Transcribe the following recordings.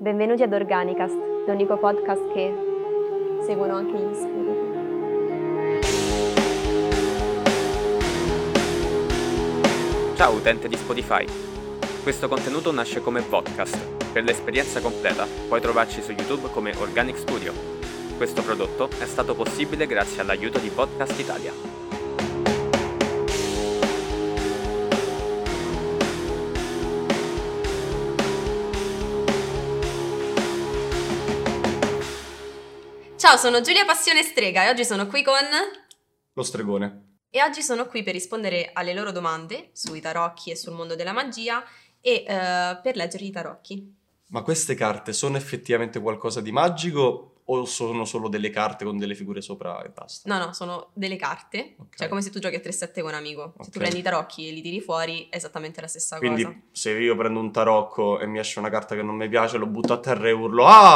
Benvenuti ad Organicast, l'unico podcast che seguono anche gli spiriti. Ciao utente di Spotify. Questo contenuto nasce come podcast. Per l'esperienza completa puoi trovarci su YouTube come Organic Studio. Questo prodotto è stato possibile grazie all'aiuto di Podcast Italia. Ciao, sono Giulia Passione Strega e oggi sono qui con... Lo stregone. E oggi sono qui per rispondere alle loro domande sui tarocchi e sul mondo della magia e eh, per leggere i tarocchi. Ma queste carte sono effettivamente qualcosa di magico o sono solo delle carte con delle figure sopra e basta? No, no, sono delle carte, Ok. cioè come se tu giochi a 3-7 con un amico. Se tu Ok. prendi i tarocchi e li tiri fuori è esattamente la stessa Quindi cosa. se io prendo un tarocco e mi esce una carta che non mi piace, lo butto a terra e urlo Ah!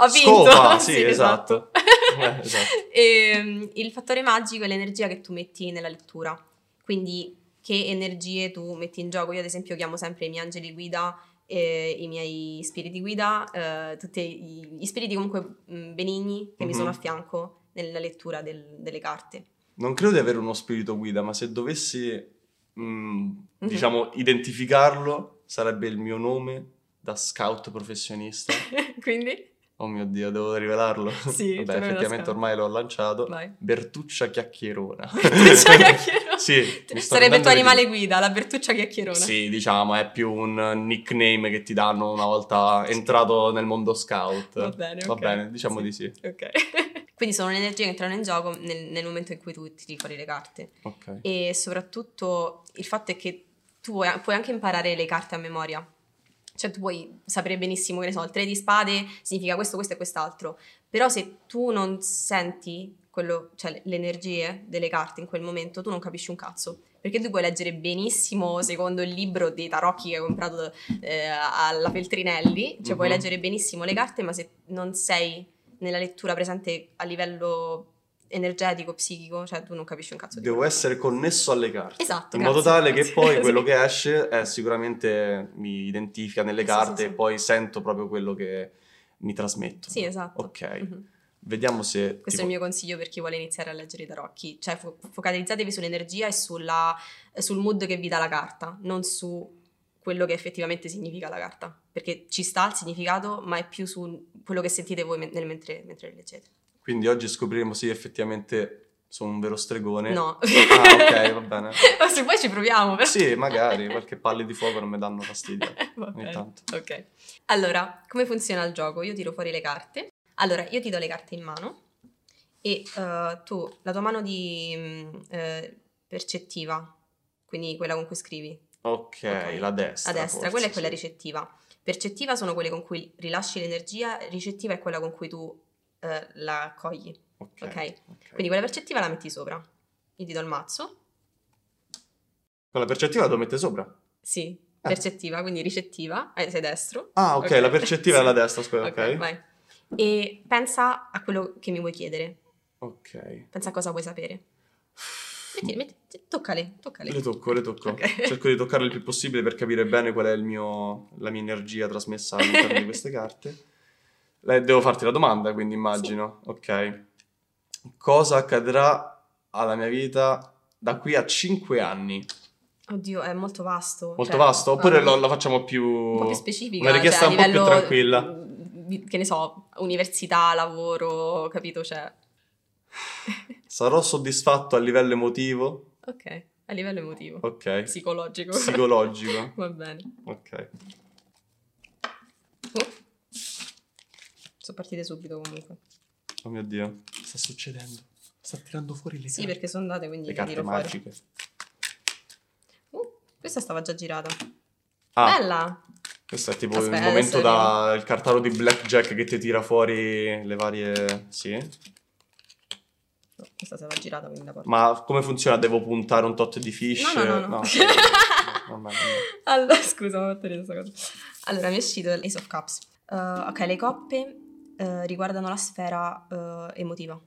Ho vinto! Scopa! Sì, esatto. Eh, esatto. Ehm, il fattore magico è l'energia che tu metti nella lettura. Quindi che energie tu metti in gioco? Io ad esempio chiamo sempre i miei angeli guida, eh, i miei spiriti guida, eh, tutti i- gli spiriti comunque mh, benigni che mi Mhm. sono a fianco nella lettura del- delle carte. Non credo di avere uno spirito guida, ma se dovessi, mh, Mhm. diciamo, identificarlo, sarebbe il mio nome da scout professionista. Quindi? Oh mio Dio, devo rivelarlo? Sì, te lo Vabbè, vedo effettivamente scout. ormai l'ho lanciato. Vai. Bertuccia chiacchierona. Bertuccia chiacchierona. sì, Sarebbe mi sto il tuo rendendo animale ridicolo. guida, la Bertuccia Chiacchierona. Sì, diciamo, è più un nickname che ti danno una volta entrato nel mondo scout. Va bene, Va ok. bene, diciamo di sì. Ok. Quindi sono le energie che entrano in gioco nel- nel momento in cui tu tiri fuori le carte. Ok. e soprattutto il fatto è che tu puoi puoi anche imparare le carte a memoria. Cioè tu puoi sapere benissimo, che ne so, il tre di spade significa questo, questo e quest'altro, però se tu non senti quello, cioè le energie delle carte in quel momento, tu non capisci un cazzo. Perché tu puoi leggere benissimo, secondo il libro dei tarocchi che hai comprato eh, alla Peltrinelli, cioè puoi Mhm. leggere benissimo le carte, ma se non sei nella lettura presente a livello energetico, psichico, cioè tu non capisci un cazzo. di Devo quello. essere connesso alle carte. Esatto, In grazie, modo tale grazie. che poi Sì. quello che esce eh, sicuramente mi identifica nelle Sì, carte sì, sì. e poi sento proprio quello che mi trasmettono. Sì, esatto. Ok, Mhm. vediamo se... Questo è il mio consiglio per chi vuole iniziare a leggere i tarocchi, cioè fo- focalizzatevi sull'energia e sulla- sul mood che vi dà la carta, non su quello che effettivamente significa la carta, perché ci sta il significato, ma è più su quello che sentite voi men- nel- mentre, mentre le leggete. Quindi oggi scopriremo se io effettivamente sono un vero stregone. No. Ah, ok, va bene. ma se poi ci proviamo, però. Sì, magari, qualche palle di fuoco non mi danno fastidio. Eh, Va bene. tanto. Ok. Allora, come funziona il gioco? Io tiro fuori le carte. Allora, io ti do le carte in mano e eh, tu la tua mano di mm, eh, percettiva, quindi quella con cui scrivi, Ok, Ok. la destra. a destra, forse, quella è quella sì. ricettiva. Percettiva sono quelle con cui rilasci l'energia, ricettiva è quella con cui tu eh, la accogli. Ok. ok. ok. Quindi quella percettiva la metti sopra. Io ti do il mazzo. Quella percettiva la devo mettere sopra. Sì, percettiva, quindi ricettiva, eh, sei destro. Ah, ok, la percettiva è Sì. la destra, scusa, ok. Ok, vai. E pensa a quello che mi vuoi chiedere. Ok. Pensa a cosa vuoi sapere. Metti, metti, toccale, toccale. Le tocco, le tocco. Ok. Cerco di toccarle il più possibile per capire bene qual è il mio, la mia energia trasmessa all'interno di queste carte. Le- devo farti la domanda, quindi immagino. Ok. Cosa accadrà alla mia vita da qui a 5 anni? Oddio, è molto vasto. Molto cioè, vasto? Oppure um, lo- la facciamo più... Un po' più specifica. una richiesta cioè, un po' a più livello, tranquilla. mh, Che ne so, università, lavoro, capito? Cioè, Sarò soddisfatto a livello emotivo? ok, a livello emotivo, Ok. psicologico. Psicologico. Va bene. Ok. Uh. Sono partite subito comunque. Oh mio Dio. Sta succedendo. Sta tirando fuori le Sì, carte. perché sono andate, quindi Le le carte tiro fuori. magiche. Uh, questa stava già girata. Ah, Bella! questo è tipo Aspetta, il adesso momento vediamo. da il cartaro di blackjack che ti tira fuori le varie... Sì. No, questa stava girata, quindi la porto. Ma come funziona? Devo puntare un tot di fish? No, no, no, no. ok. Normale. Allora, scusa, ma fatto ridere questa cosa. Allora, mi è uscito l'Ace of Cups. Eh, ok, le coppe eh, riguardano la sfera eh, emotiva,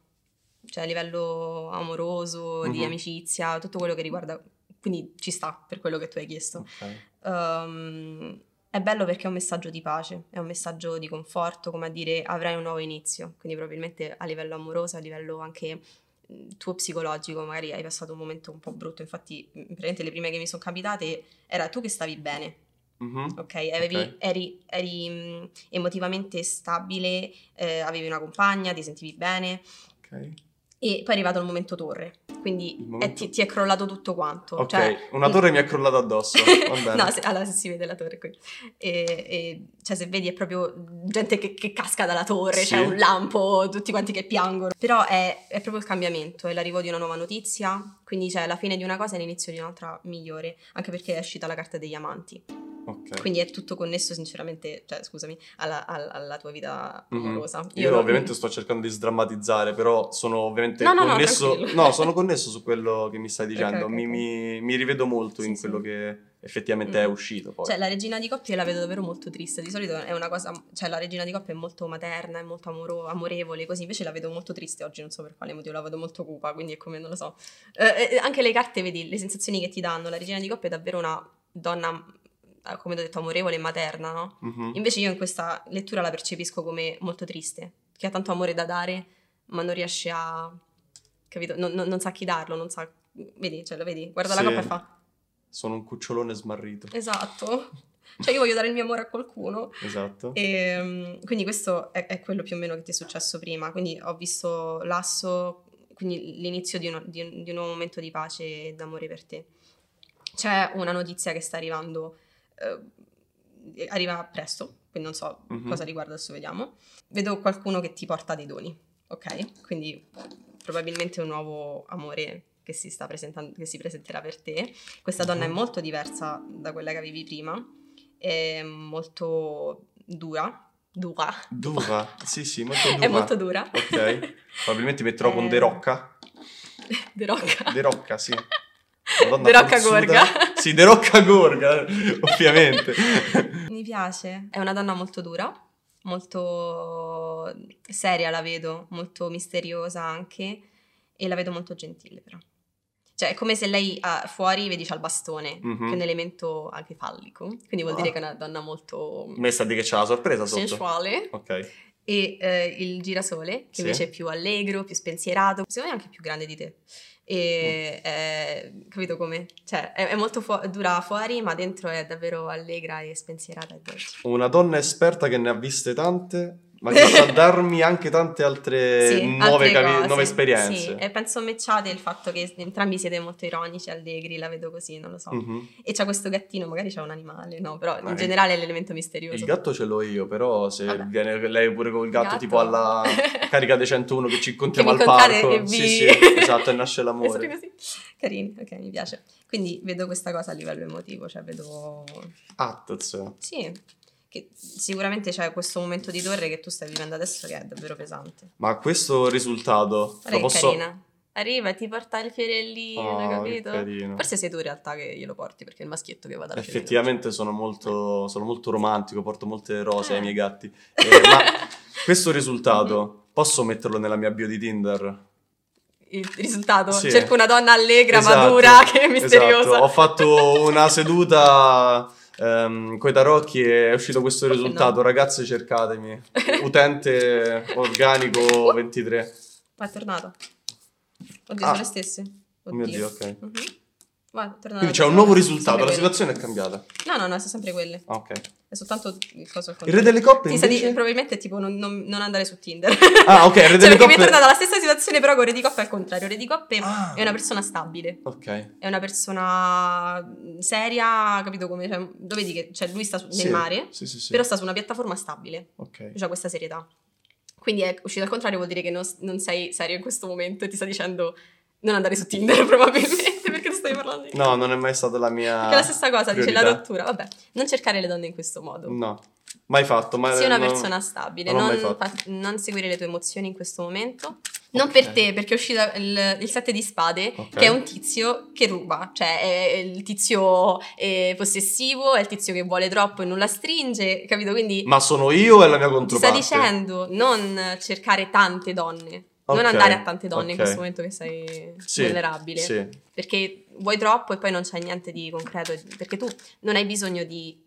cioè a livello amoroso, di Mhm. amicizia, tutto quello che riguarda... Quindi ci sta per quello che tu hai chiesto. Ok. Ehm, È bello perché è un messaggio di pace, è un messaggio di conforto, come a dire avrai un nuovo inizio, quindi probabilmente a livello amoroso, a livello anche mh, tuo psicologico, magari hai passato un momento un po' brutto, infatti mh, praticamente le prime che mi sono capitate era tu che stavi bene, Mhm. Ok, avevi- Ok. eri, eri, mh, emotivamente stabile, eh, avevi una compagna, ti sentivi bene Ok. e poi è arrivato il momento torre, quindi Il eh, momento- ti, ti è crollato tutto quanto. Ok, cioè- una torre mi è crollata addosso. Va bene. no, se- allora se si vede la torre qui. E, e, cioè se vedi è proprio gente che, che casca dalla torre, Sì. c'è un lampo, tutti quanti che piangono. Però è, è proprio il cambiamento, è l'arrivo di una nuova notizia, quindi c'è la fine di una cosa e l'inizio di un'altra migliore, anche perché è uscita la carta degli amanti. Ok. Quindi è tutto connesso, sinceramente, cioè, scusami, alla, al- alla tua vita Mhm. amorosa. Io non- ovviamente sto cercando di sdrammatizzare, però sono ovviamente No, no, no, connesso. tranquillo. sono connesso su quello che mi stai dicendo. ok, mi, ok. mi- mi rivedo molto Sì, in sì. quello che effettivamente Mm. è uscito. Poi. Cioè, la regina di coppie la vedo davvero molto triste. Di solito è una cosa. Cioè, la regina di coppie è molto materna, è molto amoro- amorevole, così. Invece la vedo molto triste oggi, non so per quale motivo, la vedo molto cupa, quindi è come non lo so. Eh, eh, anche le carte, vedi, le sensazioni che ti danno. La regina di coppie è davvero una donna, eh, come ti ho detto, amorevole e materna, no? Mhm. Invece io in questa lettura la percepisco come molto triste, che ha tanto amore da dare, ma non riesce a... capito? Non, non- non sa chi darlo, non sa... Vedi, cioè lo vedi? Guarda Sì. la coppa e fa... Sono un cucciolone smarrito. Esatto. Cioè io voglio dare il mio amore a qualcuno. Esatto. E, mm, quindi questo è, è quello più o meno che ti è successo prima. Quindi ho visto l'asso, quindi l'inizio di, uno- di un- di un nuovo momento di pace e d'amore per te. C'è una notizia che sta arrivando, eh, arriva presto, quindi non so Mhm. cosa riguarda adesso, vediamo. Vedo qualcuno che ti porta dei doni, ok? Quindi probabilmente un nuovo amore che si, sta presentando, che si presenterà per te. Questa donna è Mhm. molto diversa da quella che avevi prima, è molto dura, dura, Duva. Sì, sì, molto duva. è molto dura. Ok. Probabilmente mi trovo un Eh. De Rocca. De Rocca. De Rocca, sì. Madonna, De Rocca forzuta. Gorga. Sì, De Rocca Gorga, ovviamente. Mi piace. È una donna molto dura, molto seria la vedo, molto misteriosa anche e la vedo molto gentile però. Cioè è come se lei ah, fuori, vedi, c'ha il bastone, Mhm. che è un elemento anche fallico, quindi vuol Ah. dire che è una donna molto Messa di che c'è la sorpresa sotto. sensuale. Ok. E eh, il girasole, che Sì. invece è più allegro, più spensierato, secondo me è anche più grande di te. E Mm. eh, capito come? Cioè, è, è molto fu- dura fuori, ma dentro è davvero allegra e spensierata e dolce. Una donna esperta che ne ha viste tante, ma che sa darmi anche tante altre Sì, Eh, nuove, altre capi- cose. nuove Sì, esperienze. e penso matchate il fatto che entrambi siete molto ironici, allegri, la vedo così, non lo so. Mhm. E c'è questo gattino, magari c'è un animale, no? Però Ma in il- generale è l'elemento misterioso. Il gatto ce l'ho io, però se Vabbè. viene lei pure col gatto, Gatto. tipo alla carica dei 101 che ci incontriamo Che al vi incontrate parco. e vi- Sì, sì, esatto, e nasce l'amore. Esatto, così. Carini, ok, mi piace. Quindi vedo questa cosa a livello emotivo, cioè vedo... Attaz. Sì, che sicuramente c'è questo momento di torre che tu stai vivendo adesso che è davvero pesante. Ma questo risultato Guarda lo che posso... carina. Arriva, e ti porta il fiorellino, Oh, che capito? carino. Forse sei tu in realtà che glielo porti, perché è il maschietto che va dalla fiorellina. Effettivamente sono molto, sono molto romantico, porto molte rose Eh. ai miei gatti. Eh, ma questo risultato Mm-hmm. posso metterlo nella mia bio di Tinder? il risultato. Sì. Cerco una donna allegra, Esatto, matura, che è misteriosa. esatto. Ho fatto una seduta con i tarocchi e è uscito questo Perché risultato. no? Ragazze, cercatemi. Utente organico 23. Ma è tornato. Oddio, Ah. sono le stesse. Oddio. Mio Dio, ok. Mhm. Va, è tornato. Quindi c'è un nuovo Sono risultato, la sempre situazione è cambiata. quelle. No, no, no, sono sempre quelle. Ah, ok. È soltanto il coso al Il re contrario. delle coppe Ti sa di- invece? probabilmente tipo non, non- non andare su Tinder. Ah, ok, il re Cioè, delle perché mi è coppe- tornata la stessa situazione, però con Re di Coppe è al contrario. Re di Coppe Ah. è una persona stabile, Ok. è una persona mm, seria, capito come? Cioè, lo vedi che cioè, lui sta su- nel Sì, mare, Sì, sì, sì. però sta su una piattaforma stabile. Ok. c'è Cioè, questa serietà. Quindi è uscito al contrario vuol dire che non, non sei serio in questo momento e ti sta dicendo non andare su Tinder probabilmente perché tu stai parlando di... No, non è mai stata la mia Perché è la stessa cosa, dice la priorità. rottura. Vabbè, non cercare le donne in questo modo. No, mai fatto. Mai, Sii una no. persona stabile, non l'ho non, mai fatto. fa- non seguire le tue emozioni in questo momento. Non Ok. per te, perché è uscito il, il sette di spade, Ok. che è un tizio che ruba, cioè è il tizio eh, possessivo, è il tizio che vuole troppo e non la stringe, capito? Quindi Ma sono io e la mia Ti sta controparte. dicendo non cercare tante donne, Ok, non andare a tante donne ok. in questo momento che sei Sì, vulnerabile, Sì. perché vuoi troppo e poi non c'è niente di concreto, perché tu non hai bisogno di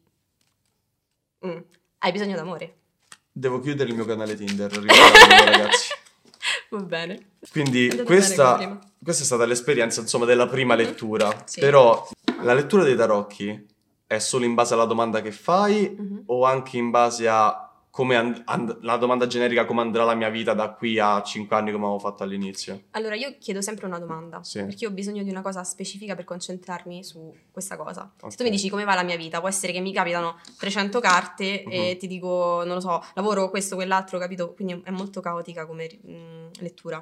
Mm. Hai bisogno d'amore. Devo chiudere il mio canale Tinder, ricordate, ragazzi. Va bene. Quindi Andate questa, bene con la questa è stata l'esperienza insomma della prima lettura. Sì. Però la lettura dei tarocchi è solo in base alla domanda che fai Mhm. o anche in base a come and- and- la domanda generica come andrà la mia vita da qui a 5 anni come avevo fatto all'inizio. Allora, io chiedo sempre una domanda, Sì. perché io ho bisogno di una cosa specifica per concentrarmi su questa cosa. Se tu Ok. mi dici come va la mia vita, può essere che mi capitano 300 carte e Mhm. ti dico, non lo so, lavoro questo, quell'altro, capito? Quindi è molto caotica come mm, lettura.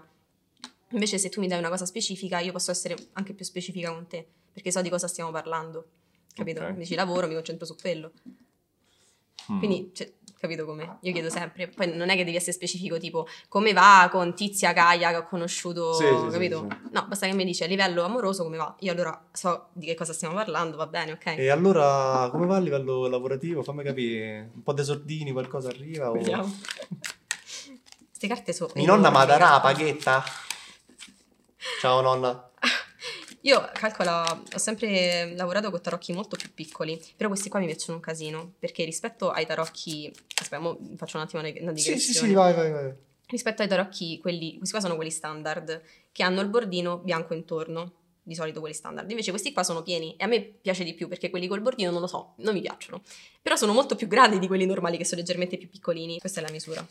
Invece se tu mi dai una cosa specifica, io posso essere anche più specifica con te, perché so di cosa stiamo parlando, capito? Ok. Mi dici lavoro, mi concentro su quello. Mm. Ah, Quindi, cioè, capito come? Io chiedo sempre. Poi non è che devi essere specifico, tipo come va con Tizia Gaia che ho conosciuto, Sì, sì, sì, capito? sì. No, basta che mi dici a livello amoroso come va. Io allora so di che cosa stiamo parlando, va bene, ok? E allora come va a livello lavorativo? Fammi capire, un po' desordini, qualcosa arriva? o- Vediamo. Queste carte sono. oh. Mi nonna ma darà la paghetta? Ciao nonna. Io calcola, ho sempre lavorato con tarocchi molto più piccoli, però questi qua mi piacciono un casino, perché rispetto ai tarocchi, aspetta, mo faccio un attimo una, una Sì, digressione. sì, sì, vai, vai, vai. rispetto ai tarocchi, quelli, questi qua sono quelli standard, che hanno il bordino bianco intorno, di solito quelli standard. Invece questi qua sono pieni e a me piace di più perché quelli col bordino non lo so, non mi piacciono. Però sono molto più grandi di quelli normali che sono leggermente più piccolini. Questa è la misura.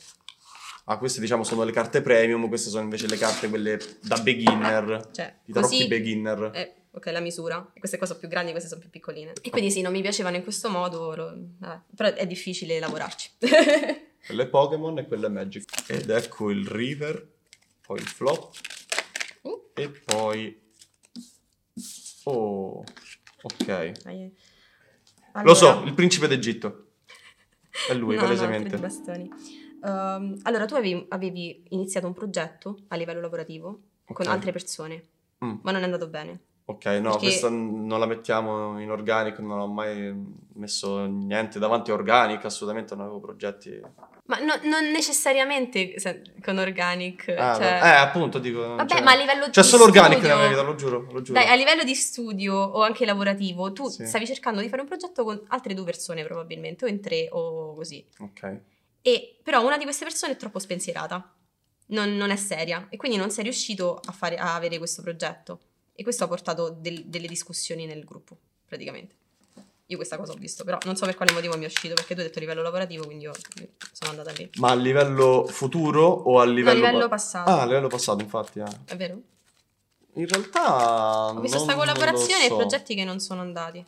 Ah, queste diciamo sono le carte premium, queste sono invece le carte quelle da beginner. Cioè, I tarocchi così... beginner. eh, ok, la misura. Queste qua sono più grandi, queste sono più piccoline. E quindi sì, non mi piacevano in questo modo, lo- vabbè. però è difficile lavorarci. Quello è Pokémon e quello è Magic. Ed ecco il River, poi il Flop Uh. e poi... Oh, ok. Dai. Lo so, Allora- il principe d'Egitto. È lui, No, no, palesemente. tre bastoni. Ehm, allora, tu avevi, avevi iniziato un progetto a livello lavorativo con Ok. altre persone, Mm. ma non è andato bene. Ok, no, Perché- questa n- non la mettiamo in organico, non ho mai messo niente davanti a organico, assolutamente non avevo progetti. Ma no- non necessariamente se- con Organic. Ah, cioè- no. Eh, appunto, dico... non vabbè, c'è- ma a livello C'è di solo organico studio- nella mia vita, lo giuro, lo giuro. Dai, a livello di studio o anche lavorativo, tu Sì. stavi cercando di fare un progetto con altre due persone probabilmente, o in tre o così. Ok. E però una di queste persone è troppo spensierata, non, non è seria e quindi non sei riuscito a, fare, a avere questo progetto. E questo ha portato del- delle discussioni nel gruppo, praticamente. Io questa cosa ho visto, però non so per quale motivo mi è uscito, perché tu hai detto a livello lavorativo, quindi io sono andata lì. Ma a livello futuro o a No, a livello... livello passato, Ah, a livello passato, infatti. ah. è vero? In realtà... Ho visto questa collaborazione e progetti che non sono andati.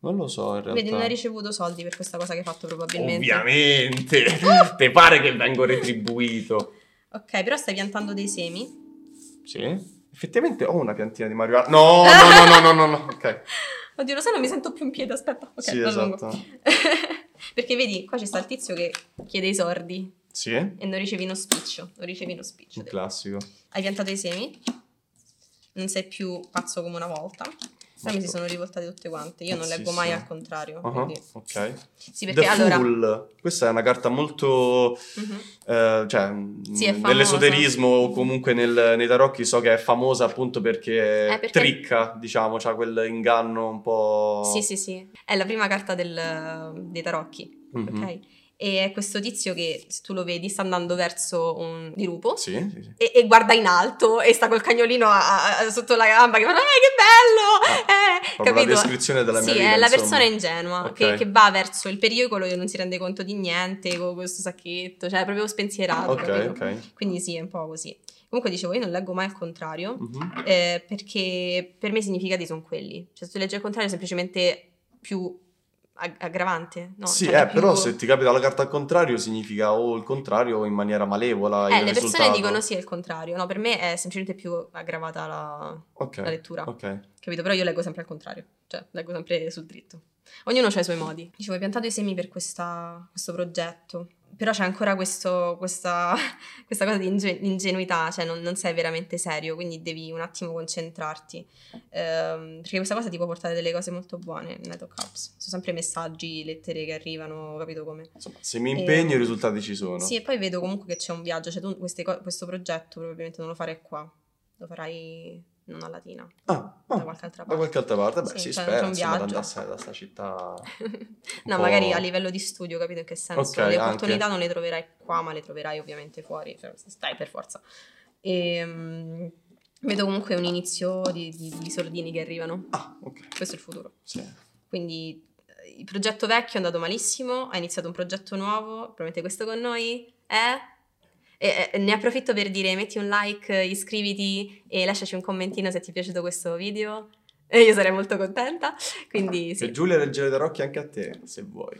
Non lo so, in realtà. Vedi, non hai ricevuto soldi per questa cosa che hai fatto probabilmente. Ovviamente! Te pare che vengo retribuito? Ok, però stai piantando dei semi. Sì? Effettivamente ho una piantina di Mario... No, no, no, no, no, no, no. ok. Oddio, lo sai, non mi sento più in piedi, aspetta. Ok, sì, lo allungo. esatto. Perché vedi, qua c'è sta il tizio che chiede i sordi Sì? Un e non ricevi uno spiccio. Non ricevi uno spiccio. classico. Hai piantato i semi, non sei più pazzo come una volta. Sai, mi si sono rivoltate tutte quante. Io non leggo mai Pazzissimo. al contrario. Ah, quindi- Ok. Sì, perché The allora. Fool. Questa è una carta molto... Mhm. Eh, cioè, Sì, è mh, famosa. nell'esoterismo o comunque nel- nei tarocchi so che è famosa appunto perché, Eh, perché- tricca, diciamo, c'ha quel inganno un po'... Sì, sì, sì. È la prima carta del- dei tarocchi, Mhm. ok? E è questo tizio che, se tu lo vedi, sta andando verso un dirupo. Sì, sì, sì. E, e guarda in alto e sta col cagnolino a- a- sotto la gamba che fa "Eh, che bello! Ah, Eh, Proprio la capito? descrizione della sì, mia vita, è la insomma. persona ingenua Ok. che, che va verso il pericolo e non si rende conto di niente con questo sacchetto, cioè è proprio spensierato. Ok, capito? ok. Quindi sì, è un po' così. Comunque dicevo, io non leggo mai al contrario Mhm. eh, perché per me i significati sono quelli. Cioè se tu leggi al contrario è semplicemente più ag- aggravante. No? sì, Cioè, eh, più- però se ti capita la carta al contrario significa o il contrario o in maniera malevola Eh, il le persone risultato. dicono sì è il contrario. No, per me è semplicemente più aggravata la, Ok, la lettura. ok. Capito? Però io leggo sempre al contrario, cioè leggo sempre sul dritto. Ognuno ha i suoi modi. Dicevo, hai piantato i semi per questa- questo progetto, però c'è ancora questo- questa, questa cosa di inge- ingenuità, cioè non, non sei veramente serio, quindi devi un attimo concentrarti, Ehm, perché questa cosa ti può portare delle cose molto buone, Night of Cups. Sono sempre messaggi, lettere che arrivano, capito come? Insomma, se mi impegno Eh, i risultati ci sono. Sì, e poi vedo comunque che c'è un viaggio, cioè tu queste co- questo progetto probabilmente non lo farai qua, lo farai non a Latina, Ah, ah, da qualche altra da parte. qualche altra parte, beh, Sì, si cioè, spera c'è un insomma, di viaggio. andarsene da sta città. no, po'- magari a livello di studio, capito in che senso? Ok, le opportunità anche. non le troverai qua, ma le troverai ovviamente fuori, cioè stai per forza. E, mm, vedo comunque un inizio di, di- di sordini che arrivano, Ah, ok, questo è il futuro. sì. Quindi eh, il progetto vecchio è andato malissimo, ha iniziato un progetto nuovo, promette questo con noi, eh? E, e- ne approfitto per dire metti un like, iscriviti e lasciaci un commentino se ti è piaciuto questo video. E io sarei molto contenta. Quindi E sì, Giulia Leggero Tarocchi anche a te, se vuoi.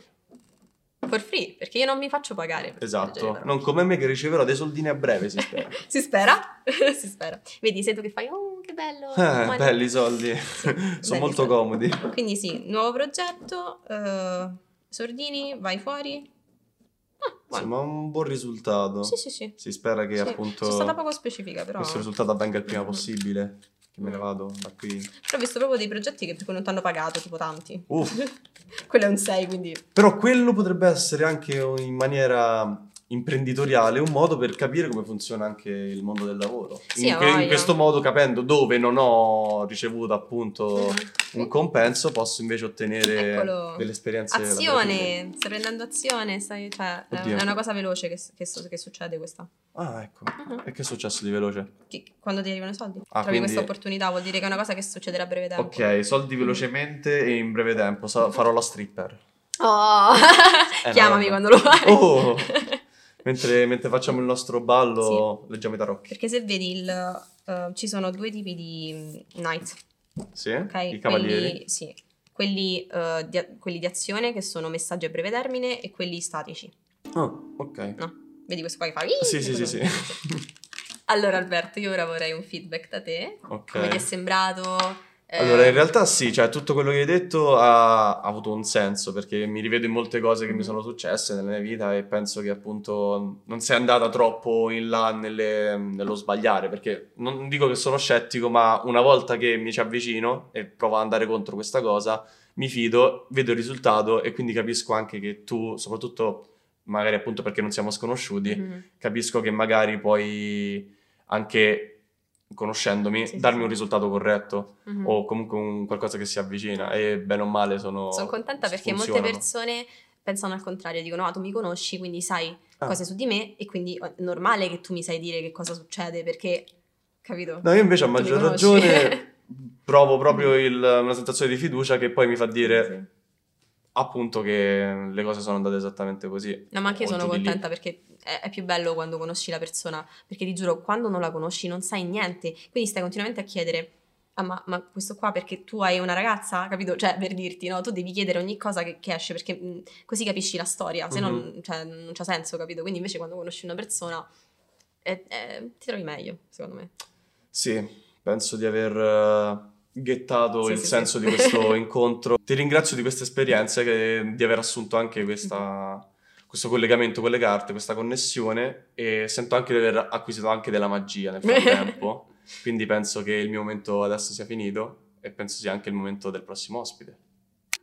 for free, perché io non mi faccio pagare. per leggere le Esatto, parole. non come me che riceverò dei soldini a breve, si spera. Si spera, si spera. Vedi, sei tu che fai, oh che bello. Eh, domani- belli i soldi, sono belli molto i soldi. comodi. Quindi sì, nuovo progetto, eh, Sordini, vai fuori. Ah, buono. Insomma, un buon risultato. Sì, sì, sì. Si spera che Sì, appunto Sono stata poco specifica, però. questo risultato avvenga il prima possibile. Che me ne Mm. vado da qui. Però ho visto proprio dei progetti che non ti hanno pagato, tipo tanti. Uff. Quello è un 6, quindi. Però quello potrebbe essere anche in maniera imprenditoriale un modo per capire come funziona anche il mondo del lavoro. Sì, in, ha que- in voglia. questo modo, capendo dove non ho ricevuto appunto Mm. un compenso, posso invece ottenere Eccolo. delle esperienze lavorative. Azione! Stai prendendo azione, stai- cioè, è Oddio. è una cosa veloce che, che so- che succede questa. Ah, ecco. Mhm. E che è successo di veloce? Che- quando ti arrivano i soldi. Ah, Trovi quindi- questa opportunità, vuol dire che è una cosa che succederà a breve tempo. Mm-hmm. Ok, soldi velocemente e in breve tempo. Sa- farò la stripper. Oh! Eh, Chiamami no, quando lo fai. Oh! Mentre, mentre facciamo il nostro ballo, leggiamo i tarocchi. Perché se vedi il. eh, ci sono due tipi di mm, knight, Sì? ok? I cavalieri. Quelli, sì. Quelli, eh, di, a- quelli di azione che sono messaggi a breve termine e quelli statici. Ah, ok. Vedi questo qua che fa. Sì, sì, sì, sì. Allora, Alberto, io ora vorrei un feedback da te. Ok. Come ti è sembrato? Eh, Allora, in realtà sì, cioè tutto quello che hai detto ha, ha avuto un senso perché mi rivedo in molte cose Mm. che mi sono successe nella mia vita e penso che appunto non sei andata troppo in là nelle- nello sbagliare perché non dico che sono scettico, ma una volta che mi ci avvicino e provo ad andare contro questa cosa, mi fido, vedo il risultato e quindi capisco anche che tu, soprattutto magari appunto perché non siamo sconosciuti, mhm. capisco che magari puoi anche conoscendomi Sì, sì, darmi sì. un risultato corretto Mhm. o comunque un qualcosa che si avvicina e bene o male sono Sono mhm. contenta perché molte funzionano. persone pensano al contrario, dicono ah tu mi conosci quindi sai Ah. cose su di me e quindi oh, è normale che tu mi sai dire che cosa succede perché, capito? No, io invece a Tu maggior mi conosci. ragione provo proprio il- una sensazione di fiducia che poi mi fa dire Sì. appunto che le cose sono andate esattamente così. No, ma anche io O sono giù di lì. contenta perché è, è più bello quando conosci la persona, perché ti giuro, quando non la conosci non sai niente, quindi stai continuamente a chiedere, ah ma, ma questo qua perché tu hai una ragazza, capito? Cioè, per dirti, no, tu devi chiedere ogni cosa che, che esce perché mh, così capisci la storia, se no Mhm. cioè, non c'ha senso, capito? Quindi invece quando conosci una persona eh, eh, ti trovi meglio, secondo me. Sì, penso di aver eh, gettato Sì, il sì, senso sì. di questo incontro. Ti ringrazio di queste esperienze, che- di aver assunto anche questa- questo collegamento con le carte, questa connessione e sento anche di aver acquisito anche della magia nel frattempo. Quindi penso che il mio momento adesso sia finito e penso sia anche il momento del prossimo ospite.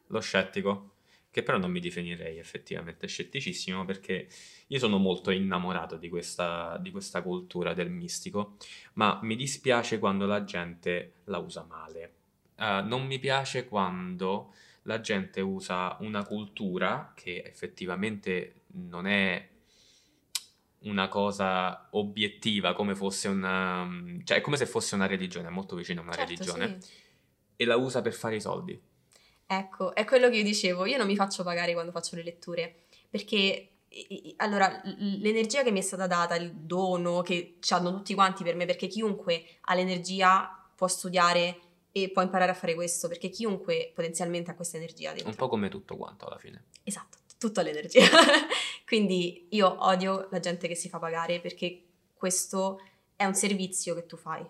lo scettico, che però non mi definirei effettivamente scetticissimo perché io sono molto innamorato di questa, di questa cultura del mistico, ma mi dispiace quando la gente la usa male. Eh, non mi piace quando la gente usa una cultura che effettivamente non è una cosa obiettiva come fosse una cioè è come se fosse una religione è molto vicina a una Certo, religione sì. e la usa per fare i soldi Ecco, è quello che io dicevo, io non mi faccio pagare quando faccio le letture, perché i- i- allora l- l'energia che mi è stata data, il dono che hanno tutti quanti per me, perché chiunque ha l'energia può studiare e può imparare a fare questo, perché chiunque potenzialmente ha questa energia Mm. dentro. un po' come tutto quanto alla fine Esatto, tutta l'energia. Quindi io odio la gente che si fa pagare perché questo è un servizio che tu fai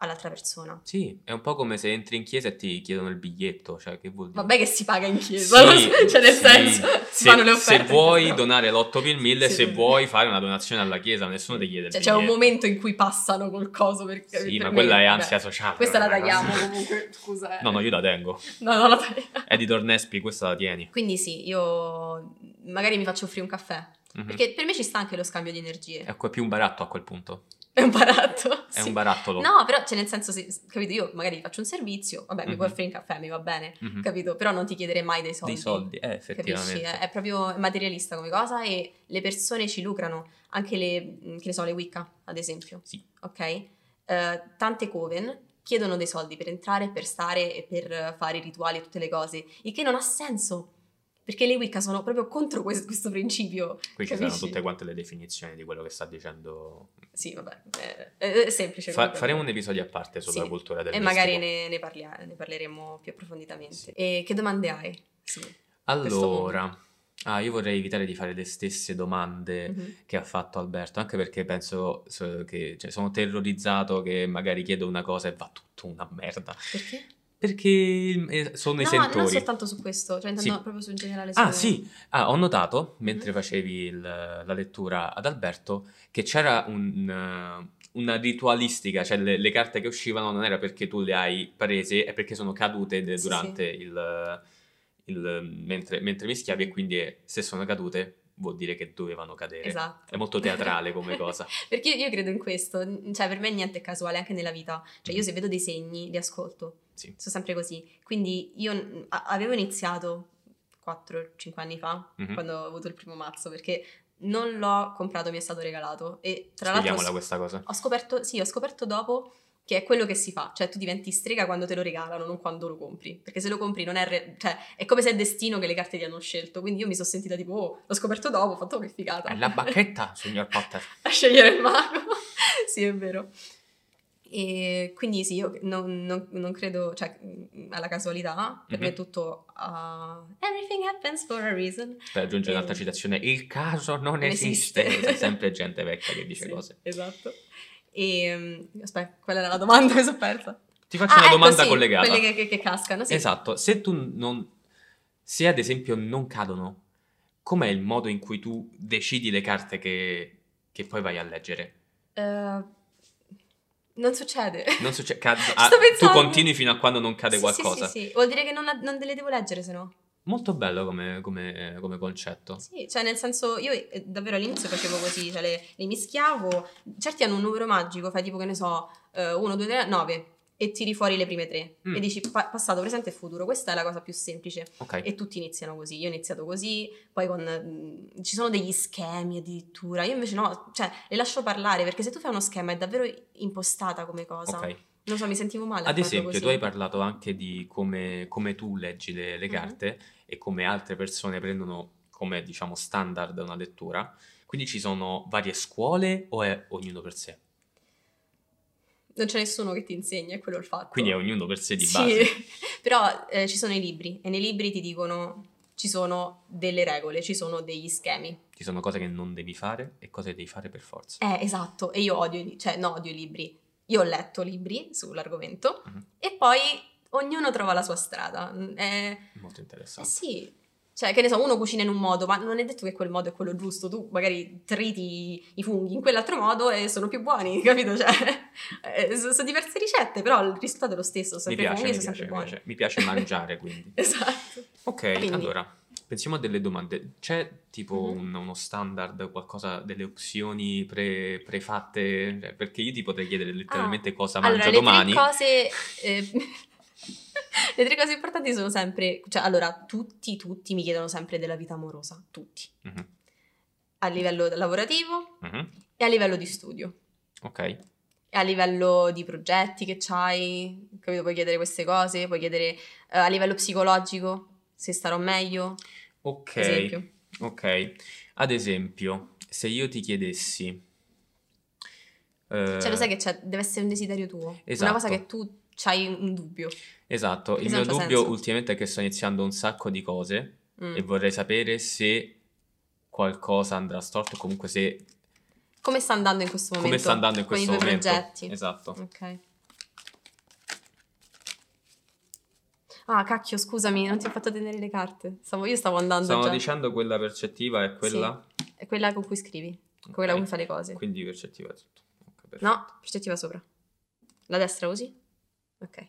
all'altra persona. Sì, è un po' come se entri in chiesa e ti chiedono il biglietto, cioè che vuol dire? Vabbè che si paga in chiesa, cioè nel sì. senso, si se, fanno le se offerte. vuoi però. donare l'8 per 1000, Sì, se sì. vuoi fare una donazione alla chiesa, nessuno ti chiede il Cioè, c'è biglietto. un momento in cui passano col coso per, Sì, per ma me, quella è vabbè. ansia sociale. Questa la quella tagliamo cosa. comunque, scusa. eh. No, no, io la tengo. No, no, la tagliamo. È di Tornespi, questa la tieni. Quindi sì, io magari mi faccio offrire un caffè, Mhm. perché per me ci sta anche lo scambio di energie. Ecco, è più un baratto a quel punto. È un baratto. È sì. un barattolo. No, però, cioè, nel senso, se- capito, io magari faccio un servizio, vabbè, mi Mm-hmm. puoi Mhm. offrire un caffè, mi va bene, Mhm. capito? Però non ti chiederei mai dei soldi. Dei soldi, eh, Capisci? effettivamente. È, è proprio materialista come cosa e le persone ci lucrano, anche le, mh, che ne so, le Wicca, ad esempio. Sì. Ok? Eh, tante coven chiedono dei soldi per entrare, per stare e per eh, fare i rituali e tutte le cose, il che non ha senso, perché le Wicca sono proprio contro quest- questo principio. Qui ci capisci? saranno tutte quante le definizioni di quello che sta dicendo. Sì, vabbè, eh, eh, è semplice. Fa- comunque. faremo un episodio a parte sulla Sì. cultura del E mistico. magari ne, ne parlia- ne parleremo più approfonditamente. E che domande hai? Sì. Allora, ah, io vorrei evitare di fare le stesse domande Mhm. che ha fatto Alberto, anche perché penso so- che cioè, sono terrorizzato che magari chiedo una cosa e va tutto una merda. Perché? Perché eh, sono i No, non sentori. soltanto su questo, cioè intendo Sì. proprio su in generale. Ah, su- sì, Ah, ho notato Mm-hmm. mentre facevi il- la lettura ad Alberto che c'era un, eh, una ritualistica, cioè le, le carte che uscivano non era perché tu le hai prese, è perché sono cadute de- Sì, durante il, il- mentre, mentre mischiavi e quindi eh, se sono cadute vuol dire che dovevano cadere. Esatto. È molto teatrale come cosa. Perché io, io credo in questo, n- cioè per me niente è casuale anche nella vita, cioè io se vedo dei segni li ascolto, Mm-hmm. Sì. sono sempre così, quindi io n- a- avevo iniziato 4-5 anni fa, Mhm. quando ho avuto il primo mazzo, perché non l'ho comprato, mi è stato regalato e tra l'altro Spieghiamola questa cosa. ho scoperto, sì, ho scoperto dopo che è quello che si fa, cioè tu diventi strega quando te lo regalano, non quando lo compri, perché se lo compri non è, re- cioè è come se è destino che le carte ti hanno scelto, quindi io mi sono sentita tipo, oh, l'ho scoperto dopo, ho fatto "Oh, che figata. È la bacchetta, signor Potter. a scegliere il mago, sì è vero. E quindi sì, io non, non- non credo, cioè, mh, alla casualità, per me Mhm. è tutto ah, everything happens for a reason. Per aggiungere Eh. un'altra citazione, il caso non, Non esiste. esiste. C'è sempre gente vecchia che dice Sì, cose. Esatto. E, mh, aspetta, quella era la domanda, mi sono persa. Ti faccio una ecco, domanda sì, collegata. Quelle che, che- che cascano, sì. Esatto, se tu non... Se ad esempio non cadono, com'è il modo in cui tu decidi le carte che, che poi vai a leggere? Eh, non succede. Non succede... cad- Ci ah, sto tu pensando. continui fino a quando non cade Sì, sì, qualcosa. Sì, sì, Vuol dire che non, non le devo leggere, se no. Molto bello come, come- come concetto. Sì, cioè nel senso, io eh, davvero all'inizio facevo così, cioè le, le mischiavo, certi hanno un numero magico, fai tipo che ne so, eh, 1, 2, 3, 9 e tiri fuori le prime tre Mm. e dici pa- passato, presente e futuro, questa è la cosa più semplice Ok. e tutti iniziano così, io ho iniziato così, poi con, mh, ci sono degli schemi addirittura, io invece no, cioè le lascio parlare perché se tu fai uno schema è davvero impostata come cosa, ok. non so, mi sentivo male. a Ad farlo esempio, così. tu hai parlato anche di come, come tu leggi le, le Mhm. carte e come altre persone prendono come, diciamo, standard una lettura. Quindi ci sono varie scuole o è ognuno per sé? Non c'è nessuno che ti insegna, è quello il fatto. Quindi è ognuno per sé di Sì, base. però eh, ci sono i libri e nei libri ti dicono ci sono delle regole, ci sono degli schemi. Ci sono cose che non devi fare e cose che devi fare per forza. Eh, esatto, e io odio, i li- cioè no, odio i libri. Io ho letto libri sull'argomento Mhm. e poi ognuno trova la sua strada. Mm, Eh, Molto eh interessante. sì, cioè che ne so, uno cucina in un modo, ma non è detto che quel modo è quello giusto, tu magari triti i funghi in quell'altro modo e sono più buoni, capito? Cioè, eh, so- sono diverse ricette, però il risultato è lo stesso, Mi sempre i piace, funghi mi sono piace, sempre mi buoni. piace. Mi piace mangiare, quindi. Esatto. Ok, Quindi. allora, pensiamo a delle domande. C'è tipo Mhm. un- uno standard, qualcosa, delle opzioni pre- prefatte? Cioè, perché io ti potrei chiedere letteralmente cosa mangio Ah, Allora, le domani. tre cose. eh, le tre cose importanti sono sempre. Cioè, allora, tutti, tutti mi chiedono sempre della vita amorosa. Tutti. Mhm, A livello lavorativo mhm, e a livello di studio. Ok, E a livello di progetti che c'hai. Capito? Puoi chiedere queste cose. Puoi chiedere eh, a livello psicologico se starò meglio. ok, Per esempio. ok. Ad esempio, se io ti chiedessi... Cioè, eh, lo sai che c'è- deve essere un desiderio tuo. Esatto. Una cosa che tu hai un dubbio. Esatto, il Perché se mio non c'ha dubbio senso. ultimamente è che sto iniziando un sacco di cose Mm. e vorrei sapere se qualcosa andrà storto, comunque se Come sta andando in questo momento? come sta andando in questo Con i tuoi momento. progetti. Esatto. Ok. Ah, cacchio, scusami, non ti ho fatto tenere le carte. Stavo- io stavo andando Stavo già. dicendo quella percettiva è quella, È quella con cui scrivi, con quella Ok. con cui fai le cose. quindi percettiva è tutto. Ok, perfetto. No, prospettiva sopra. La destra così? Ok.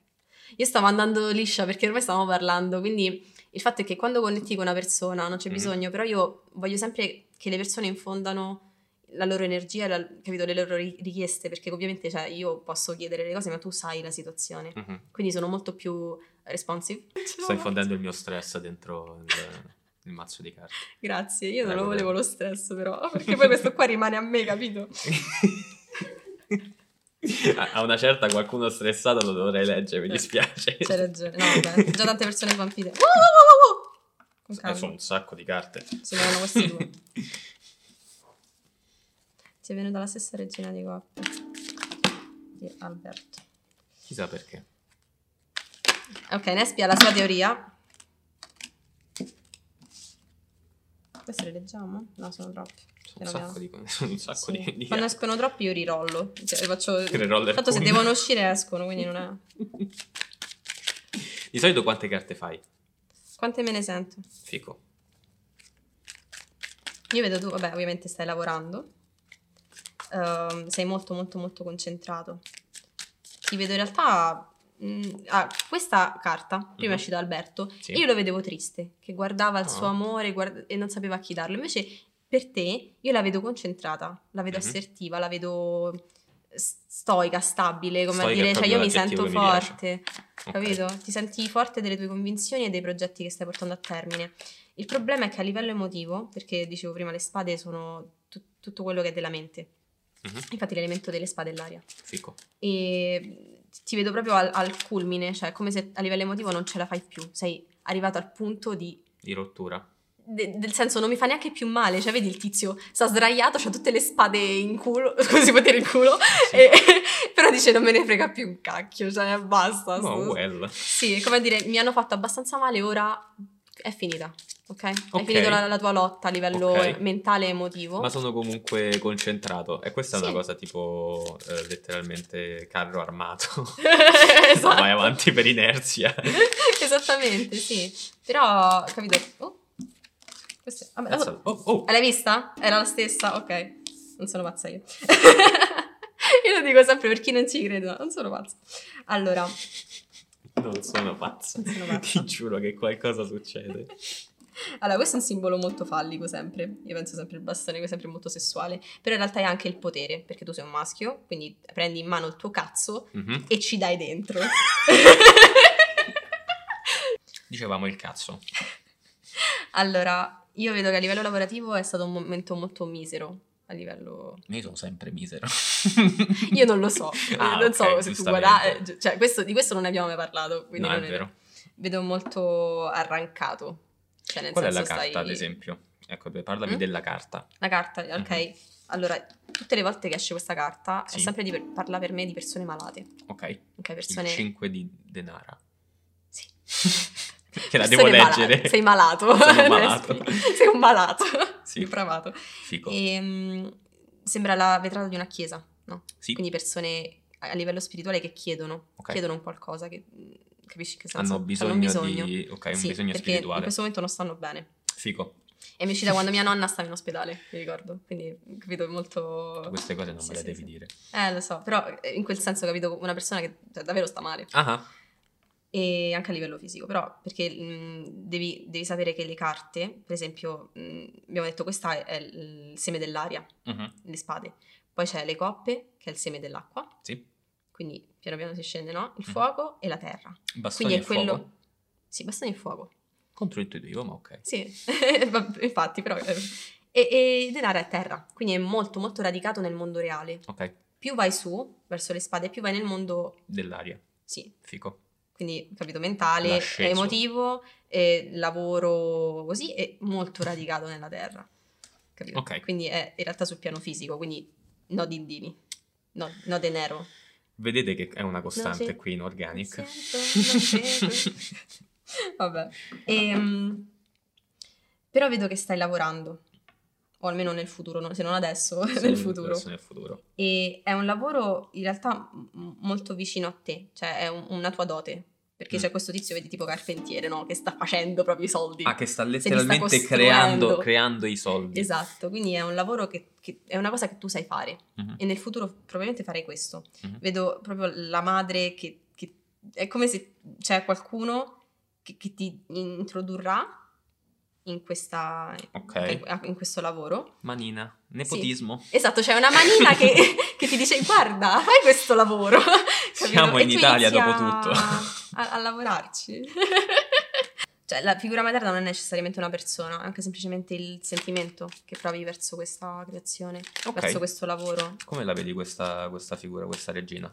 Io stavo andando liscia perché ormai stavamo parlando, quindi il fatto è che quando connetti con una persona non c'è Mhm. bisogno, però io voglio sempre che le persone infondano la loro energia, e la- capito, le loro ri- richieste, perché ovviamente cioè, io posso chiedere le cose, ma tu sai la situazione. Mhm. Quindi sono molto più responsive. Diciamo. Stai fondendo il mio stress dentro il, il mazzo di carte. Grazie, io non Prego, lo volevo prego. lo stress però, perché poi questo qua rimane a me, capito? A- A una certa qualcuno stressato lo dovrei leggere, mi dispiace. Eh, C'hai ragione. No, vabbè, già tante persone vampite. Uh, uh, uh, uh, uh. Con Eh, sono calma. un sacco di carte. Sembrano questi due. Ti è venuta la stessa regina di coppe di Alberto. Chissà perché. Ok, Nespi ha la sua teoria. Queste le leggiamo? No, sono troppe. Sono un Piano sacco di, sono un sacco Sì. di, di Quando carte. escono troppi io rirollo. Cioè, faccio... Che ne roller Tanto se coin. devono uscire escono, quindi non è... Di solito quante carte fai? Quante me ne sento? Fico. Io vedo tu, vabbè, ovviamente stai lavorando, Ehm, sei molto molto molto concentrato. Ti vedo in realtà... mh, ah, questa carta, Mhm. prima è uscita Alberto, Sì. io lo vedevo triste, che guardava il Ah. suo amore guard- e non sapeva a chi darlo. Invece per te io la vedo concentrata, la vedo Mhm. assertiva, la vedo s- stoica, stabile, come Stoica è a dire, cioè proprio io mi l'aggettivo sento che mi piace. forte. Ok. Capito? Ti senti forte delle tue convinzioni e dei progetti che stai portando a termine. Il problema è che a livello emotivo, perché dicevo prima, le spade sono tu- tutto quello che è della mente. Mhm. Infatti, l'elemento delle spade è l'aria. Fico. E ti vedo proprio al, al culmine, cioè come se a livello emotivo non ce la fai più. Sei arrivato al punto di. Di rottura. de- del senso, non mi fa neanche più male. Cioè, vedi il tizio sta sdraiato, c'ha tutte le spade in culo. Così può dire in culo. Sì. e- però dice: Non me ne frega più un cacchio, cioè basta. No, sto- well. sì, è come a dire, mi hanno fatto abbastanza male, ora è finita, ok? Hai Ok. finito la, la tua lotta a livello Ok. mentale e emotivo. Ma sono comunque concentrato. E questa è Sì. una cosa tipo eh, letteralmente carro armato. Esatto. Vai avanti per inerzia. Esattamente, sì. Però, capito? Oh, questo è- vabbè, Cazzo. Oh, oh. L'hai vista? Era la stessa? Ok, non sono pazza io. io lo dico sempre per chi non ci crede, non sono pazza. Allora, Non sono pazzo. Eh. Non sono pazza. Ti giuro che qualcosa succede. Allora, questo è un simbolo molto fallico sempre. Io penso sempre il bastone, che è sempre molto sessuale. Però in realtà è anche il potere, perché tu sei un maschio, quindi prendi in mano il tuo cazzo Mhm. e ci dai dentro. Dicevamo il cazzo. allora, io vedo che a livello lavorativo è stato un momento molto misero. A livello. Io sono sempre misero. Io non lo so. Ah, non ok, so se tu giustamente. guarda. Cioè, questo- di questo non ne abbiamo mai parlato. Quindi No, è non vero. Vedo molto arrancato. Cioè, nel Qual è la senso carta, stai... ad esempio? Ecco, parlami Mm? della carta. La carta, ok. Mhm. Allora, tutte le volte che esce questa carta è Sì. sempre di per- parla per me di persone malate. Ok. Ok, Il persone... 5 di denara. Sì. che la persone devo malate. leggere. Sei malato. Sono malato. Sei un malato. Sì. Depravato. Fico. E, mm, sembra la vetrata di una chiesa, no? Sì. Quindi persone a a livello spirituale che chiedono, Ok. chiedono un qualcosa, che, mm, capisci in che senso? Hanno Cioè, hanno bisogno, un di... Ok, un Sì, bisogno perché in spirituale. questo momento non stanno bene. Fico. E mi è uscita quando mia nonna stava in ospedale, mi ricordo. Quindi, capito, è Tu molto... queste cose non Sì, me le sì, devi sì. dire. Eh, lo so, però eh, in quel senso, capito, una persona che cioè, davvero sta male. Ah, ah, e anche a livello fisico, però perché mh, devi, devi sapere che le carte, per esempio, mh, abbiamo detto questa è- è il seme dell'aria, mhm, le spade, poi c'è le coppe che è il seme dell'acqua, Sì. quindi piano piano si scende, no? Il Mhm. fuoco e la terra. Bastoni Quindi e è quello... fuoco. Sì, bastone e fuoco. Controintuitivo, ma ok. Sì, vabbè, infatti, però... eh. E, e il denaro è terra, quindi è molto molto radicato nel mondo reale. Ok. Più vai su, verso le spade, più vai nel mondo... Dell'aria. Sì, Fico. quindi capito mentale, L'asceso. emotivo, e lavoro così e molto radicato nella terra. Capito? Ok. Quindi è in realtà sul piano fisico, quindi no dindini, no, no denaro. Vedete che è una costante sì. qui in organic. Sento, non vedo. Vabbè. Ehm, però vedo che stai lavorando, o almeno nel futuro, no- se non adesso, nel futuro. Adesso nel futuro. E è un lavoro in realtà m- molto vicino a te, cioè è un- una tua dote. Perché Mm. c'è questo tizio, vedi, tipo carpentiere, no? Che sta facendo proprio i soldi. Ah, che sta sta letteralmente creando, costruendo. creando i soldi. Esatto, quindi è un lavoro che, che- è una cosa che tu sai fare Mhm. e nel futuro probabilmente farei questo. Mhm. Vedo proprio la madre che, che- è come se c'è qualcuno che, che ti introdurrà in, questa, Ok. in- in questo lavoro. Manina. Nepotismo. Esatto, c'è una manina che, che ti dice guarda, fai questo lavoro. capito? Siamo E in tu Italia inizi dopo a- tutto. A, a lavorarci. cioè, la figura materna non è necessariamente una persona, è anche semplicemente il sentimento che provi verso questa creazione, Ok. verso questo lavoro. Come la vedi questa, questa figura, questa regina?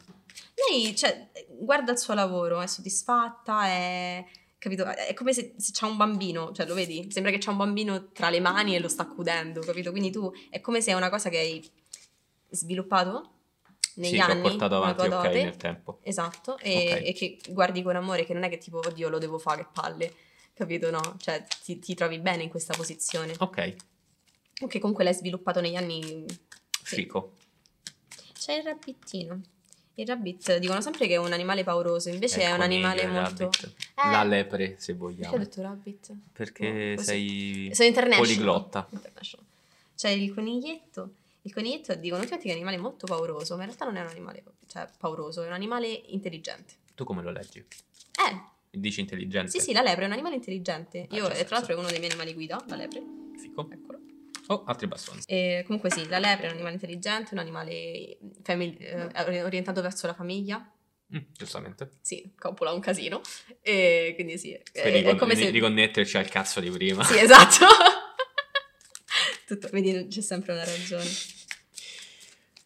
Lei, cioè, guarda il suo lavoro, è soddisfatta, è... Capito? È come se, se c'ha un bambino, cioè lo vedi? Sembra che c'ha un bambino tra le mani e lo sta accudendo, capito? Quindi tu è come se è una cosa che hai sviluppato negli sì, che anni. ho portato con la avanti, tua ok, dote. nel tempo. Esatto, e, Ok. e che guardi con amore, che non è che tipo, oddio, lo devo fare, che palle, capito? No, cioè ti, ti trovi bene in questa posizione, Ok, o che comunque l'hai sviluppato negli anni. Sì. fico. C'è il rabbittino. Il rabbit dicono sempre che è un animale pauroso, invece Il è un coniglio, animale Ecco il molto. rabbit. Eh. La lepre, se Perché ho vogliamo. detto rabbit? Perché No, così. sei... Sono international. poliglotta. International. C'è il coniglietto. Il coniglietto dicono tutti che è un animale molto pauroso, ma in realtà non è un animale cioè, pauroso, è un animale intelligente. Tu come lo leggi? Eh, Dici intelligente? Sì, sì, la lepre è un animale intelligente. Ah, Io, c'è eh, tra senso. l'altro, è uno dei miei animali guida, la lepre. Fico. Eccolo. Oh, altri bastoni. E comunque sì, la lepre è un animale intelligente, un animale famig- eh, orientato verso la famiglia. Mm, giustamente. Sì, coppola un casino. E quindi sì, è, Per Eh, è ricon- come se... riconnetterci al cazzo di prima. Sì, esatto. Tutto, vedi, c'è sempre una ragione.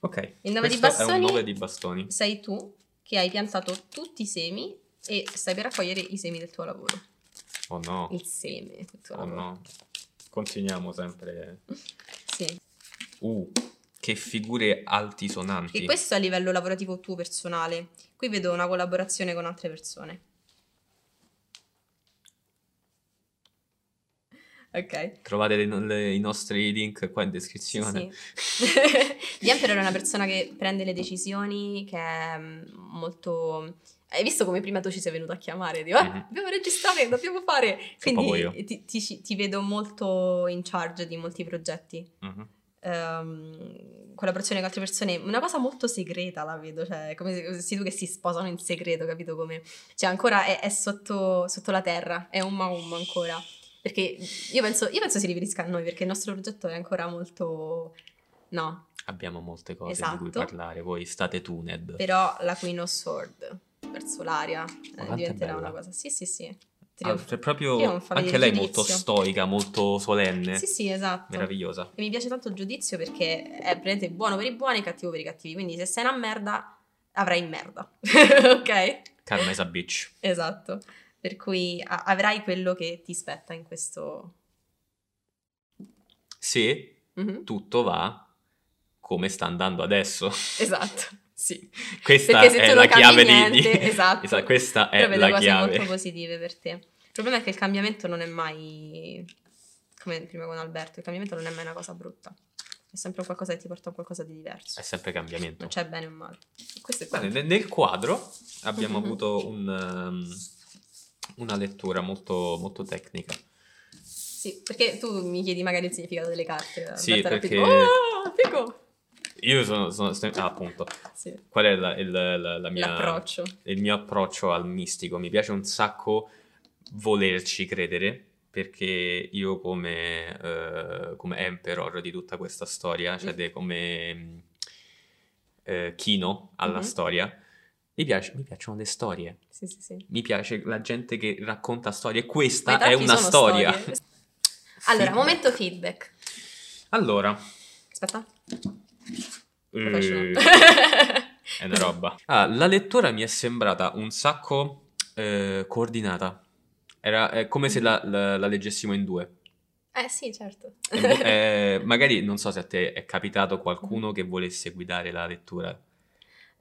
Ok. Il nove di questo È un bastoni- 9 di bastoni. Sei tu che hai piantato tutti i semi e stai per raccogliere i semi del tuo lavoro. Oh no. Il seme del tuo Oh lavoro. no. Continuiamo sempre. Sì. Uh, che figure altisonanti. E questo è a livello lavorativo tuo personale. Qui vedo una collaborazione con altre persone. Ok. Trovate le- le- i nostri link qua in Sì, descrizione. sì. The Emperor è una persona che prende le decisioni, che è mm, molto... Hai visto come prima tu ci sei venuto a chiamare? Dico, "Ah, Mhm. dobbiamo registrare, dobbiamo fare. proprio Quindi ti, ti- ti vedo molto in charge di molti progetti. Mhm. ehm, collaborazione con altre persone, una cosa molto segreta la vedo, cioè come se fossi tu che si sposano in segreto, capito come? Cioè ancora è, è sotto, sotto la terra, è un maum ancora, perché io penso, io penso si riferisca a noi, perché il nostro progetto è ancora molto... No, Abbiamo molte cose di cui Esatto. parlare. Voi state tuned. però la Queen of Sword verso l'aria eh, quanto è diventerà bella. una cosa... Sì, sì, sì. Ah, Trionf- cioè, proprio trionfa, vedi anche il lei giudizio. molto stoica, molto solenne. Sì, sì, esatto. Meravigliosa. E mi piace tanto il giudizio perché è veramente buono per i buoni e cattivo per i cattivi. Quindi se sei una merda, avrai merda. ok? Karma is a bitch. Esatto. Per cui a- avrai quello che ti spetta in questo... Se Mhm, tutto va come sta andando adesso. Esatto, sì. Questa Perché è se tu non la cambi chiave di- niente, di... esatto. Questa è Però vedo la cose chiave. molto positive per te. Il problema è che il cambiamento non è mai... Come prima con Alberto, il cambiamento non è mai una cosa brutta. È sempre un qualcosa che ti porta a un qualcosa di diverso. È sempre cambiamento. Non c'è bene o male. Questo è Eh Bene, quanto. ne- nel quadro abbiamo Mhm. avuto un, um, una lettura molto, molto tecnica. Sì, perché tu mi chiedi magari il significato delle carte. Sì, Alberto era perché- tipo, "Ah, figo!" Io sono, sono sem- ah, appunto, Sì, qual è la- il, la- la mia- l'approccio. il mio approccio al mistico? Mi piace un sacco volerci credere, perché io come, eh, come emperor di tutta questa storia, cioè Mm. de- come mh, eh, chino alla Mhm. storia, mi piace- mi piacciono le storie. Sì, sì, sì. Mi piace la gente che racconta storie. Questa Metà Ah, è chi una sono storia. storie. Allora, Feedback. momento feedback. Allora, Aspetta, lo faccio. eh, è una roba. Ah, la lettura mi è sembrata un sacco eh, coordinata. Era è come se la, la- la leggessimo in due. eh sì, certo. È eh. mo- è- magari non so se a te è capitato qualcuno che volesse guidare la lettura.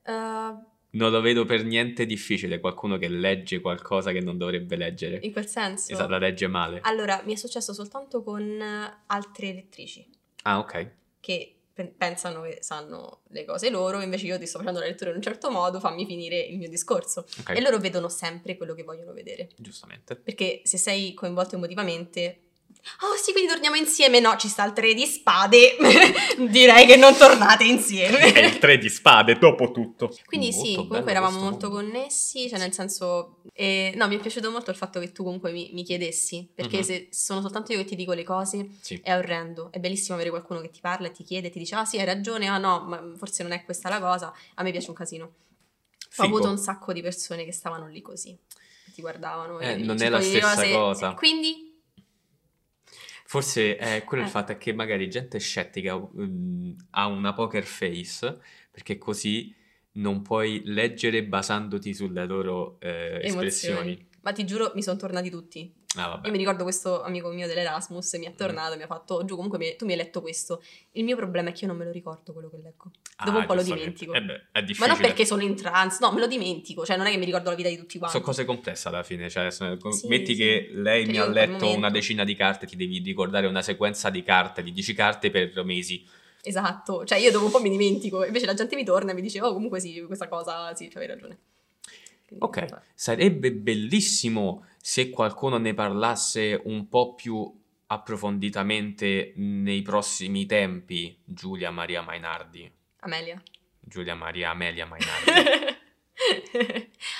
Eh, Non lo vedo per niente difficile. Qualcuno che legge qualcosa che non dovrebbe leggere. in quel senso. Esatto, la legge male. Allora, mi è successo soltanto con altre lettrici Ah, ok. che pe- pensano che sanno le cose loro, invece io ti sto facendo la lettura in un certo modo, fammi finire il mio discorso. ok, E loro vedono sempre quello che vogliono vedere. Giustamente. Perché se sei coinvolto emotivamente, Oh sì, quindi torniamo insieme. No, ci sta il tre di spade. Direi che non tornate È insieme. il 3 di spade, dopo tutto. Quindi sì, Molto comunque bello eravamo questo molto mondo. connessi, cioè nel senso... eh, no, mi è piaciuto molto il fatto che tu comunque mi, mi chiedessi, perché Mhm. se sono soltanto io che ti dico le cose Sì. è orrendo. È bellissimo avere qualcuno che ti parla e ti chiede, ti dice, ah sì, hai ragione, ah no, ma forse non è questa la cosa. A me piace un casino. Ho Figo. avuto un sacco di persone che stavano lì così, che ti guardavano. Eh, e non è cercavo la di dire stessa cose- cosa. Quindi Forse è quello il Eh. fatto è che magari gente scettica mm, ha una poker face perché così non puoi leggere basandoti sulle loro eh, espressioni. emozioni. Ma ti giuro, mi sono tornati tutti. Ah, vabbè. Io mi ricordo questo amico mio dell'Erasmus, Mm. mi è tornato, mi ha fatto, "Oh, giù comunque mi- tu mi hai letto questo. Il mio problema è che io non me lo ricordo quello che leggo. dopo un po' lo giustamente. dimentico. Eh beh, è Ma difficile. non perché sono in trance, no, me lo dimentico, cioè non è che mi ricordo la vita di tutti quanti. Sono cose complesse alla fine, cioè, se- Sì, metti sì. che lei Che mi io ha in quel letto momento- una decina di carte, ti devi ricordare una sequenza di carte, di 10 carte per mesi. Esatto, cioè io dopo un po' mi dimentico, invece la gente mi torna e mi dice, oh comunque sì, questa cosa, sì, c'avevi ragione. Quindi, Ok, vabbè. sarebbe bellissimo se qualcuno ne parlasse un po' più approfonditamente nei prossimi tempi, Giulia Maria Mainardi. Amelia. Giulia Maria Amelia Mainardi.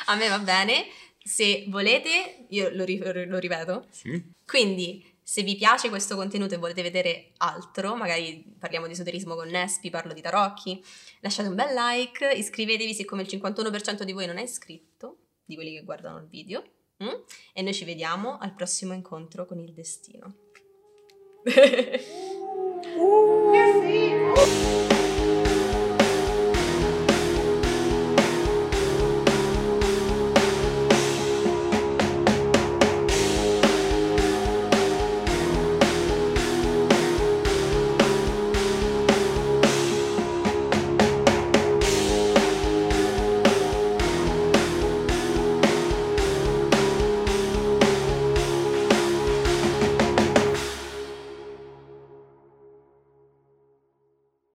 A me va bene, se volete, io lo ri- lo ripeto, sì. Quindi, se vi piace questo contenuto e volete vedere altro, magari parliamo di esoterismo con Nespi, parlo di tarocchi, lasciate un bel like, iscrivetevi siccome il 51% di voi non è iscritto, di quelli che guardano il video, mm? e noi ci vediamo al prossimo incontro con il destino.